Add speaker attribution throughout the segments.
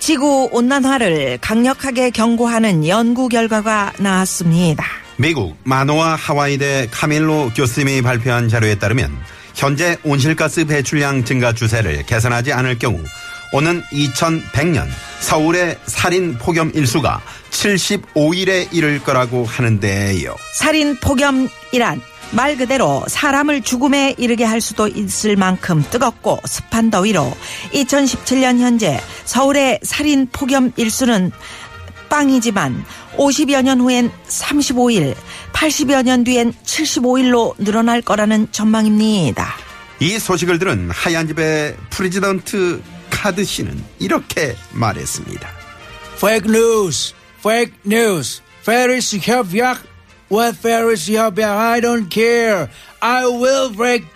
Speaker 1: 지구 온난화를 강력하게 경고하는 연구 결과가 나왔습니다.
Speaker 2: 미국 마노아 하와이대 카밀로 교수님이 발표한 자료에 따르면 현재 온실가스 배출량 증가 추세를 개선하지 않을 경우 오는 2100년 서울의 살인 폭염 일수가 75일에 이를 거라고 하는데요.
Speaker 1: 살인 폭염이란 말 그대로 사람을 죽음에 이르게 할 수도 있을 만큼 뜨겁고 습한 더위로 2017년 현재 서울의 살인 폭염 일수는 빵이지만 50여 년 후엔 35일, 80여 년 뒤엔 75일로 늘어날 거라는 전망입니다.
Speaker 2: 이 소식을 들은 하얀 집의 프리지던트 카드 씨는 이렇게 말했습니다.
Speaker 3: Fake news, fake news. Paris 협약, what Paris 협약? I don't care. I will break,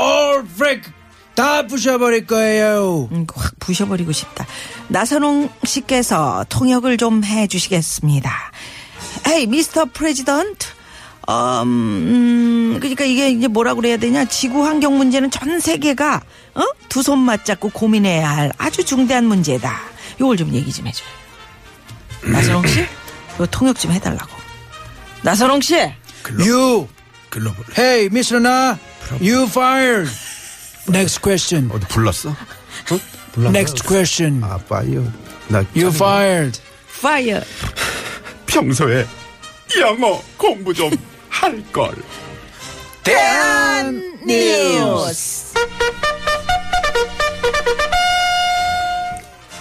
Speaker 3: all break. 다 부셔버릴 거예요.
Speaker 1: 음, 확 부셔버리고 싶다. 나선홍 씨께서 통역을 좀 해주시겠습니다. 헤이 미스터 프레지던트 음, 그러니까 이게 이제 뭐라 그래야 되냐? 지구 환경 문제는 전 세계가 어? 두 손 맞잡고 고민해야 할 아주 중대한 문제다. 요걸 좀 얘기 좀 해줘요. 나선홍 씨, 요 통역 좀 해달라고. 나선홍 씨,
Speaker 3: You,
Speaker 2: 글로벌.
Speaker 3: hey, Mr. Na, you fired. Next question.
Speaker 2: 어디 불렀어? 어?
Speaker 3: Next
Speaker 2: 음.
Speaker 3: question.
Speaker 2: 아빠요. 나
Speaker 3: You
Speaker 2: 참-
Speaker 3: fired.
Speaker 1: 파이어.
Speaker 2: 평소에 영어 공부 좀 할 걸.
Speaker 1: 뉴스.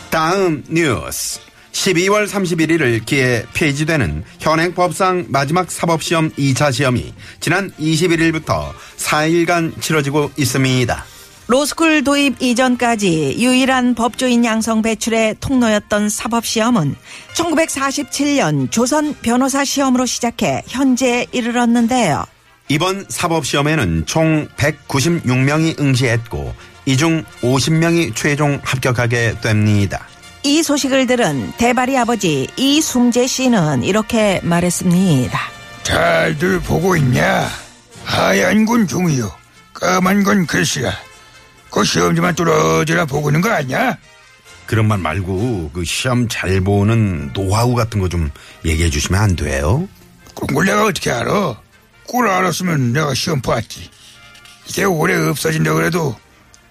Speaker 2: 다음 뉴스. 12월 31일을 기해 폐지되는 현행법상 마지막 사법시험 2차 시험이 지난 21일부터 4일간 치러지고 있습니다.
Speaker 1: 로스쿨 도입 이전까지 유일한 법조인 양성 배출의 통로였던 사법시험은 1947년 조선 변호사 시험으로 시작해 현재에 이르렀는데요.
Speaker 2: 이번 사법시험에는 총 196명이 응시했고 이 중 50명이 최종 합격하게 됩니다.
Speaker 1: 이 소식을 들은 대발이 아버지 이숭재 씨는 이렇게 말했습니다.
Speaker 4: 잘들 보고 있냐? 하얀 건 종이요. 까만 건 글씨야. 그 시험지만 뚫어지나 보고 있는 거 아니야?
Speaker 2: 그런 말 말고 그 시험 잘 보는 노하우 같은 거 좀 얘기해 주시면 안 돼요?
Speaker 4: 그런 걸 내가 어떻게 알아? 꿀 알았으면 내가 시험 봤지. 이게 오래 없어진다 그래도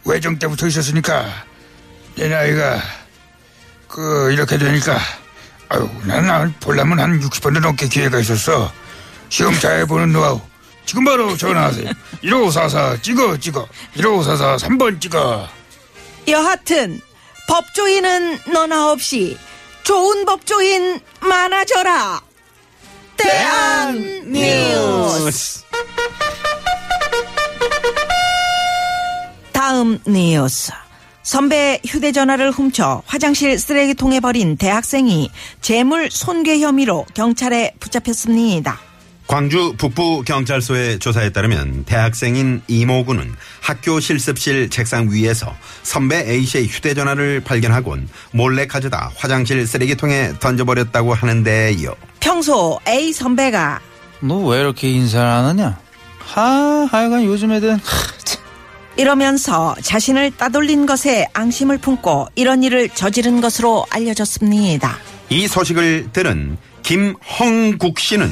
Speaker 4: 외정 때부터 있었으니까 내 나이가 그 이렇게 되니까 아유 난난 볼라면 한 60번도 넘게 기회가 있었어. 시험 잘 보는 노하우. 지금 바로 전화하세요. 1544 찍어 찍어. 1544 3번 찍어.
Speaker 1: 여하튼 법조인은 너나 없이 좋은 법조인 많아져라. 대한 뉴스. 다음 뉴스. 선배 휴대전화를 훔쳐 화장실 쓰레기통에 버린 대학생이 재물 손괴 혐의로 경찰에 붙잡혔습니다.
Speaker 2: 광주 북부 경찰서의 조사에 따르면 대학생인 이모군은 학교 실습실 책상 위에서 선배 A 씨의 휴대전화를 발견하곤 몰래 가져다 화장실 쓰레기통에 던져버렸다고 하는데요.
Speaker 1: 평소 A 선배가
Speaker 3: 너 왜 이렇게 인사를 안 하냐? 하, 하여간 요즘 애들은
Speaker 1: 이러면서 자신을 따돌린 것에 앙심을 품고 이런 일을 저지른 것으로 알려졌습니다.
Speaker 2: 이 소식을 들은 김헝국 씨는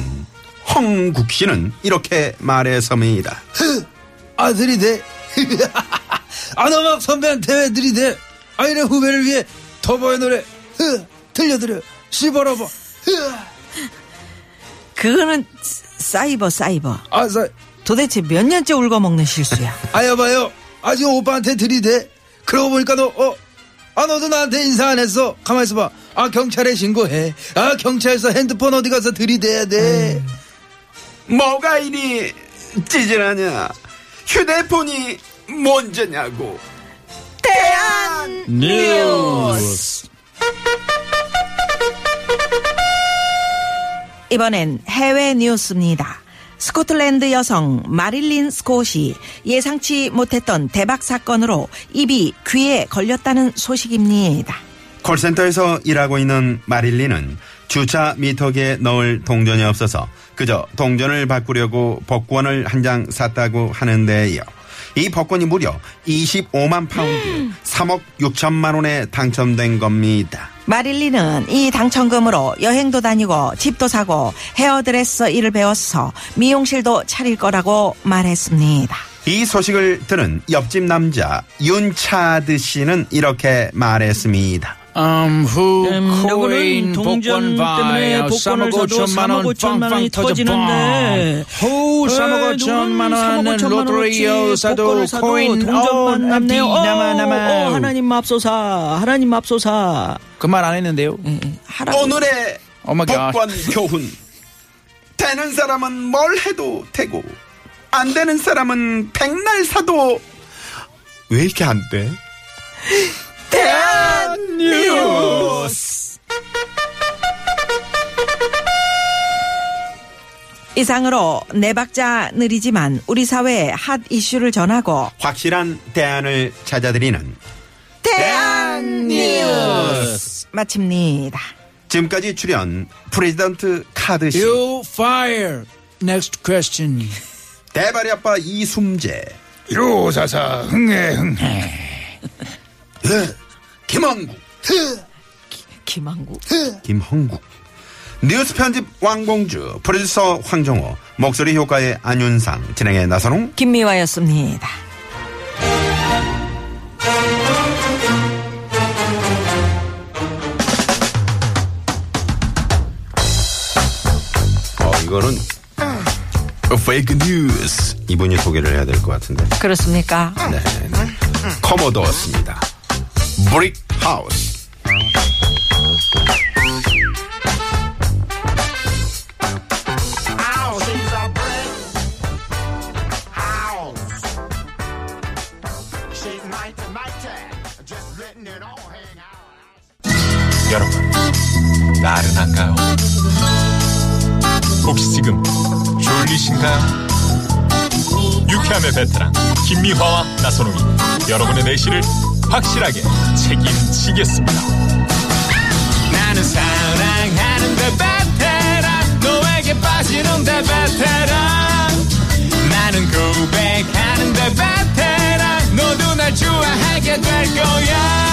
Speaker 2: 헝국 씨는 이렇게 말해섭니다.
Speaker 3: 아 들이대 아나막 선배한테 왜 들이대 아이네 후배를 위해 더보의 노래 흐 들려드려 씹어라봐
Speaker 1: 그거는 사이버 사이버.
Speaker 3: 아사
Speaker 1: 도대체 몇 년째 울거먹는 실수야.
Speaker 3: 아 여봐요 아 지금 오빠한테 들이대 그러고 보니까 너어아 너도 나한테 인사 안 했어 가만 있어봐 아 경찰에 신고해 아 경찰서 핸드폰 어디 가서 들이대야 돼
Speaker 2: 뭐가 이리 찌질하냐? 휴대폰이 먼저냐고.
Speaker 1: 대한 뉴스. 이번엔 해외 뉴스입니다. 스코틀랜드 여성 마릴린 스콧이 예상치 못했던 대박 사건으로 입이 귀에 걸렸다는 소식입니다.
Speaker 2: 콜센터에서 일하고 있는 마릴리는 주차 미터기에 넣을 동전이 없어서 그저 동전을 바꾸려고 복권을 한 장 샀다고 하는데요. 이 복권이 무려 25만 파운드, 3억 6천만 원에 당첨된 겁니다.
Speaker 1: 마릴리는 이 당첨금으로 여행도 다니고 집도 사고 헤어드레서 일을 배워서 미용실도 차릴 거라고 말했습니다.
Speaker 2: 이 소식을 들은 옆집 남자 윤차드 씨는 이렇게 말했습니다.
Speaker 3: Um, who
Speaker 5: 음,
Speaker 3: coin
Speaker 5: 요거는
Speaker 3: 복권
Speaker 5: 동전
Speaker 3: buy?
Speaker 5: 때문에
Speaker 3: 어,
Speaker 5: 복권을
Speaker 3: 3억
Speaker 5: 사도
Speaker 3: 5천만
Speaker 5: 3억
Speaker 3: 원
Speaker 5: 5천만
Speaker 3: 빵빵
Speaker 5: 원이
Speaker 3: 터져
Speaker 5: 터지는데
Speaker 3: 빵.
Speaker 5: 어,
Speaker 3: 후, 3억
Speaker 5: 에이,
Speaker 3: 5천만 원은
Speaker 5: 누구는 3억 5천만
Speaker 3: 로또리
Speaker 5: 원어치
Speaker 3: 사도
Speaker 5: 복권을 사도
Speaker 3: 코인, 어,
Speaker 5: 동전만 남네요.
Speaker 3: 남디,
Speaker 5: 어,
Speaker 3: 남아, 남아.
Speaker 5: 어, 하나님 맙소사 하나님 맙소사
Speaker 3: 그 말 안 했는데요.
Speaker 5: 음.
Speaker 1: 하라고.
Speaker 2: 오늘의
Speaker 3: Oh my God.
Speaker 2: 복권 교훈. 되는 사람은 뭘 해도 되고 안 되는 사람은 백날 사도 왜 이렇게 안 돼?
Speaker 1: 이상으로 네 박자 느리지만 우리 사회의 핫 이슈를 전하고
Speaker 2: 확실한 대안을 찾아드리는
Speaker 1: 대한 뉴스 마칩니다.
Speaker 2: 지금까지 출연 프레지던트 카드 씨
Speaker 3: You fire. Next question.
Speaker 2: 대발이 아빠 이숨재
Speaker 4: 1544 흥해 흥해
Speaker 2: 예, 김원국
Speaker 5: 김한국
Speaker 2: 김홍국 뉴스 편집 왕공주 프로듀서 황정호 목소리 효과의 안윤상 진행의 나선홍
Speaker 1: 김미화였습니다.
Speaker 2: 어, 이거는 페이크 뉴스 이분이 소개를 해야 될 것 같은데
Speaker 1: 그렇습니까?
Speaker 2: 네, 네. 커머더였습니다 브릭 하우스
Speaker 6: 여러분, 나른한가요? 혹시 지금 졸리신가요? 유쾌함의 베테랑 김미화와 나선홍이 여러분의 내실을 확실하게 책임지겠습니다. 나는 사랑하는데 베테랑 너에게 빠지는데 베테랑 나는 고백하는데 베테랑 너도 날 좋아하게 될 거야.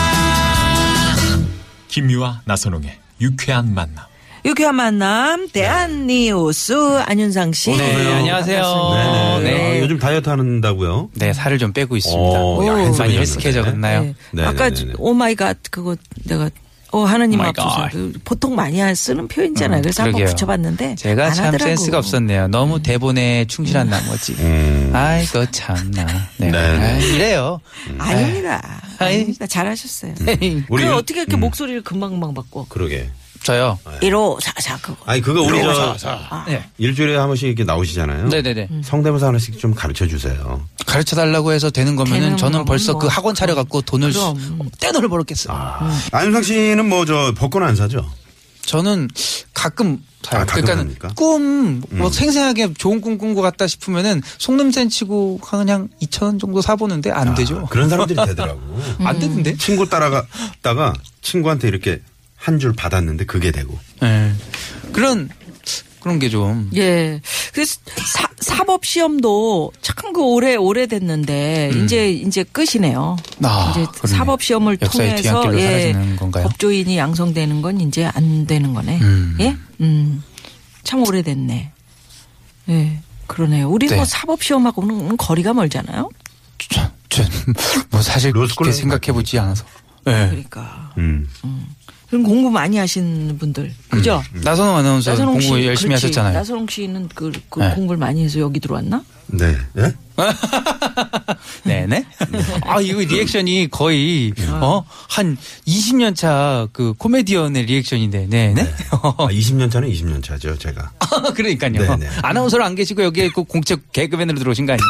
Speaker 6: 김유와 나선홍의 유쾌한 만남.
Speaker 1: 유쾌한 만남 대한 뉴스 안윤상 씨.
Speaker 5: 네, 안녕하세요.
Speaker 7: 어,
Speaker 2: 네, 네.
Speaker 5: 네.
Speaker 2: 아, 요즘 다이어트 한다고요? 어,
Speaker 7: 네, 살을 좀 빼고 있습니다.
Speaker 2: 오, 야,
Speaker 7: 많이
Speaker 2: 핸섬해졌네.
Speaker 7: 헬스케졌나요?
Speaker 5: 네.
Speaker 2: 네,
Speaker 1: 아까
Speaker 2: 네, 네, 네.
Speaker 1: 오 마이 갓 그거 내가 어 하나님
Speaker 7: Oh my
Speaker 1: 앞서서
Speaker 7: God.
Speaker 1: 그 보통 많이 안 쓰는 표현이잖아요. 그래서 한번
Speaker 7: 그러게요.
Speaker 1: 붙여봤는데
Speaker 7: 제가
Speaker 1: 안
Speaker 7: 참
Speaker 1: 하더라고.
Speaker 7: 센스가 없었네요.
Speaker 5: 음.
Speaker 7: 너무 대본에 충실한 나머지.
Speaker 2: 음.
Speaker 7: 아이고 참나. 네.
Speaker 2: 네.
Speaker 7: 아이, 이래요.
Speaker 1: 음. 아닙니다.
Speaker 7: 아이.
Speaker 1: 아닙니다. 잘하셨어요.
Speaker 2: 우리
Speaker 1: 그걸
Speaker 2: 요-
Speaker 1: 어떻게 이렇게 목소리를 금방금방 바꿔?
Speaker 2: 그러게
Speaker 7: 저요. 네.
Speaker 1: 1호 4사 그거.
Speaker 2: 아니 그거 우리 저
Speaker 4: 1544
Speaker 5: 아.
Speaker 2: 일주일에 한 번씩 이렇게 나오시잖아요
Speaker 7: 네네네. 아.
Speaker 2: 성대모사 하나씩 좀 가르쳐 주세요
Speaker 7: 음. 가르쳐 달라고 해서 되는 거면은
Speaker 1: 되는
Speaker 7: 저는
Speaker 1: 거면
Speaker 7: 벌써
Speaker 1: 뭐.
Speaker 7: 그 학원 차려 갖고 돈을
Speaker 1: 그럼.
Speaker 7: 떼돈을 벌었겠어요.
Speaker 2: 아. 안윤상 씨는 뭐 저 복권 안 사죠?
Speaker 7: 저는 가끔 사요.
Speaker 2: 아, 가끔
Speaker 7: 그러니까
Speaker 2: 삽니까? 음.
Speaker 7: 꿈, 뭐 생생하게 좋은 꿈 꾼 것 같다 싶으면은 속눈썹 치고 그냥 2천 원 정도 사보는데
Speaker 2: 아.
Speaker 7: 안 되죠.
Speaker 2: 그런 사람들이 되더라고
Speaker 1: 음.
Speaker 7: 안 되는데?
Speaker 2: 친구 따라갔다가 친구한테 이렇게 한 줄 받았는데 그게 되고
Speaker 7: 네. 그런 그런 게 좀.
Speaker 1: 예. 그래서 사, 사법 시험도 참 그 오래 오래 됐는데 이제 이제 끝이네요.
Speaker 7: 아,
Speaker 1: 이제
Speaker 7: 그러네.
Speaker 1: 사법 시험을
Speaker 7: 역사의
Speaker 1: 통해서 예.
Speaker 7: 뒤안길로 사라지는 건가요?
Speaker 1: 법조인이 양성되는 건 이제 안 되는 거네.
Speaker 7: 음.
Speaker 1: 예? 음. 참 오래됐네. 예. 그러네요. 우리
Speaker 7: 네.
Speaker 1: 뭐 사법 시험하고는 거리가 멀잖아요.
Speaker 7: 저- 저- 뭐 사실
Speaker 2: 로스쿨
Speaker 7: 그렇게 생각해 보지 않아서. 네.
Speaker 1: 그러니까.
Speaker 2: 음.
Speaker 1: 그럼 공부 많이 하시는 분들. 그죠?
Speaker 7: 나선홍 아나운서 음. 공부 열심히
Speaker 1: 음. 그렇지.
Speaker 7: 하셨잖아요.
Speaker 1: 나선홍 씨는 그, 그
Speaker 7: 네.
Speaker 1: 공부를 많이 해서 여기 들어왔나?
Speaker 2: 네. 예?
Speaker 7: 네네. 아, 이거 리액션이 거의, 어, 한 20년 차 그 코미디언의 리액션인데, 네네. 어,
Speaker 2: 아, 20년 차는 20년 차죠, 제가.
Speaker 7: 그러니까요.
Speaker 2: 네네.
Speaker 7: 아나운서로 안 계시고 여기에 그 공채 개그맨으로 들어오신 거 아니에요?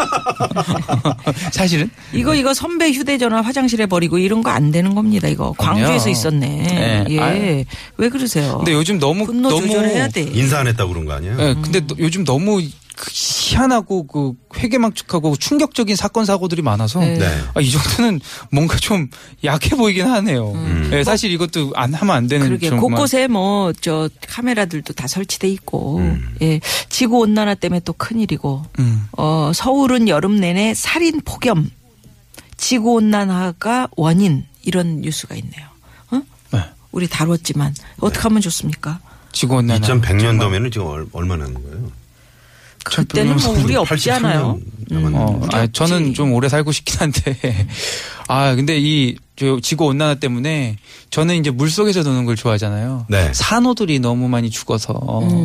Speaker 7: 사실은.
Speaker 1: 이거 이거 선배 휴대전화 화장실에 버리고 이런 거 안 되는 겁니다. 이거 광주에서 있었네.
Speaker 7: 네.
Speaker 1: 예.
Speaker 7: 아유.
Speaker 1: 왜 그러세요?
Speaker 7: 근데 요즘 너무,
Speaker 1: 분노
Speaker 7: 너무.
Speaker 1: 조절해야 돼. 음.
Speaker 2: 인사 안 했다고 그런 거 아니에요? 네.
Speaker 7: 예, 근데 너- 요즘 너무 그 희한하고 그 회계망측하고 충격적인 사건 사고들이 많아서
Speaker 1: 네.
Speaker 2: 네.
Speaker 7: 아, 이 정도는 뭔가 좀 약해 보이긴 하네요. 예, 사실 이것도 안 하면 안
Speaker 2: 음,
Speaker 7: 되는
Speaker 1: 음. 그러게
Speaker 7: 정말-
Speaker 1: 곳곳에 뭐 저 카메라들도 다 설치돼 있고
Speaker 2: 음.
Speaker 1: 예 지구 온난화 때문에 또 큰일이고
Speaker 7: 음.
Speaker 1: 어 서울은 여름 내내 살인 폭염 지구 온난화가 원인 이런 뉴스가 있네요. 어?
Speaker 7: 네.
Speaker 1: 우리 다뤘지만 어떻게 하면 좋습니까?
Speaker 7: 직원
Speaker 2: 2100년도면은 지금 얼- 얼마나 하는 거예요?
Speaker 1: 그때는 뭐 우리 없지 않아요. 음.
Speaker 2: 83년 남았는데.
Speaker 7: 어,
Speaker 1: 우리
Speaker 7: 아,
Speaker 1: 없지.
Speaker 7: 저는 좀 오래 살고 싶긴 한데. 아, 근데 이 지구 온난화 때문에 저는 이제 물 속에서 노는 걸 좋아하잖아요.
Speaker 2: 네.
Speaker 7: 산호들이 너무 많이 죽어서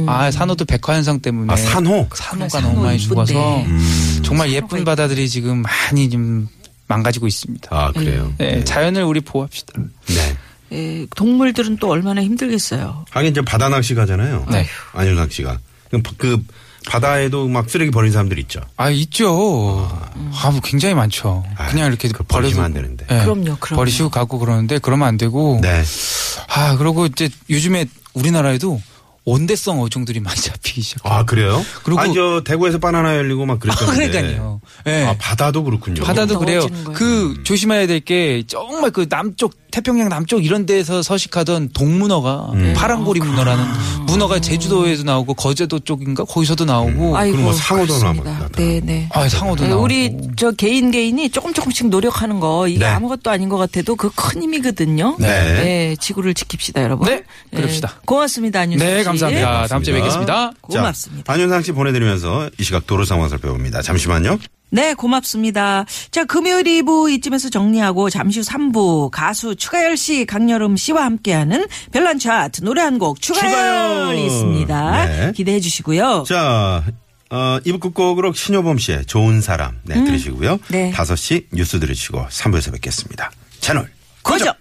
Speaker 7: 아, 산호도 백화 현상 때문에
Speaker 2: 아, 산호?
Speaker 7: 산호가
Speaker 1: 그래, 음. 산호
Speaker 7: 너무 많이
Speaker 1: 이쁜데.
Speaker 7: 죽어서
Speaker 2: 음.
Speaker 7: 정말 예쁜
Speaker 1: 산호가
Speaker 7: 바다들이 지금 많이 좀 망가지고 있습니다.
Speaker 2: 아,
Speaker 1: 음.
Speaker 2: 그래요?
Speaker 7: 네,
Speaker 2: 네.
Speaker 7: 자연을 우리 보호합시다.
Speaker 2: 네.
Speaker 1: 예, 동물들은 또 얼마나 힘들겠어요.
Speaker 2: 하긴 이제 바다 낚시 가잖아요.
Speaker 7: 네.
Speaker 2: 안윤 낚시가. 그럼 그 바다에도 막 쓰레기 버리는 사람들 있죠.
Speaker 7: 아, 있죠. 아, 뭐 굉장히 많죠.
Speaker 2: 아,
Speaker 7: 그냥 이렇게
Speaker 2: 그거
Speaker 7: 버려서
Speaker 2: 버리시면 안 되는데.
Speaker 7: 예,
Speaker 1: 그럼요, 그럼요.
Speaker 7: 버리시고 가고 그러는데 그러면 안 되고
Speaker 2: 네.
Speaker 7: 아, 그리고 이제 요즘에 우리나라에도 원대성 어종들이 많이 잡히기 시작.
Speaker 2: 아, 그래요?
Speaker 7: 그리고-
Speaker 2: 아니, 저 대구에서 바나나 열리고 막
Speaker 7: 아,
Speaker 2: 그랬었는데.
Speaker 7: 그러니까요. 예.
Speaker 2: 아, 바다도 그렇군요.
Speaker 7: 바다도 그래요.
Speaker 1: 더워지는 거예요. 음.
Speaker 7: 그 조심해야 될 게 정말 그 남쪽 태평양 남쪽 이런 데서 서식하던 동문어가
Speaker 2: 음.
Speaker 7: 파랑고리
Speaker 1: 아,
Speaker 7: 문어라는 문어가 제주도에도 나오고 거제도 쪽인가 거기서도 나오고
Speaker 1: 음. 아이고,
Speaker 2: 그럼 뭐 상어도
Speaker 1: 그렇습니다.
Speaker 2: 나와- 나타나고.
Speaker 1: 네, 네.
Speaker 7: 아, 상어도
Speaker 1: 네,
Speaker 7: 나오고
Speaker 1: 우리 저 개인 개인이 조금 조금씩 노력하는 거 이게
Speaker 2: 네.
Speaker 1: 아무것도 아닌 것 같아도 그 큰 힘이거든요. 예,
Speaker 2: 네.
Speaker 1: 지구를 지킵시다 여러분. 예,
Speaker 7: 네, 그럽시다.
Speaker 1: 고맙습니다 안윤 씨.
Speaker 7: 네 감사합니다. 다음 주에 뵙겠습니다.
Speaker 1: 고맙습니다.
Speaker 2: 자, 안윤상 씨 보내드리면서 이 시각 도로 상황 살펴봅니다. 잠시만요.
Speaker 1: 네, 고맙습니다. 자, 금요일 2부 이쯤에서 정리하고 잠시 후 3부 가수 추가열 씨, 강여름 씨와 함께하는 별난 차트 노래 한 곡 추가열
Speaker 2: 추가열!
Speaker 1: 이 있습니다.
Speaker 2: 네.
Speaker 1: 기대해 주시고요.
Speaker 2: 자, 어, 2부 끝곡으로 신효범 씨의 좋은 사람, 네, 들으시고요.
Speaker 1: 네.
Speaker 2: 5시 뉴스 들으시고 3부에서 뵙겠습니다. 채널.
Speaker 1: 고정.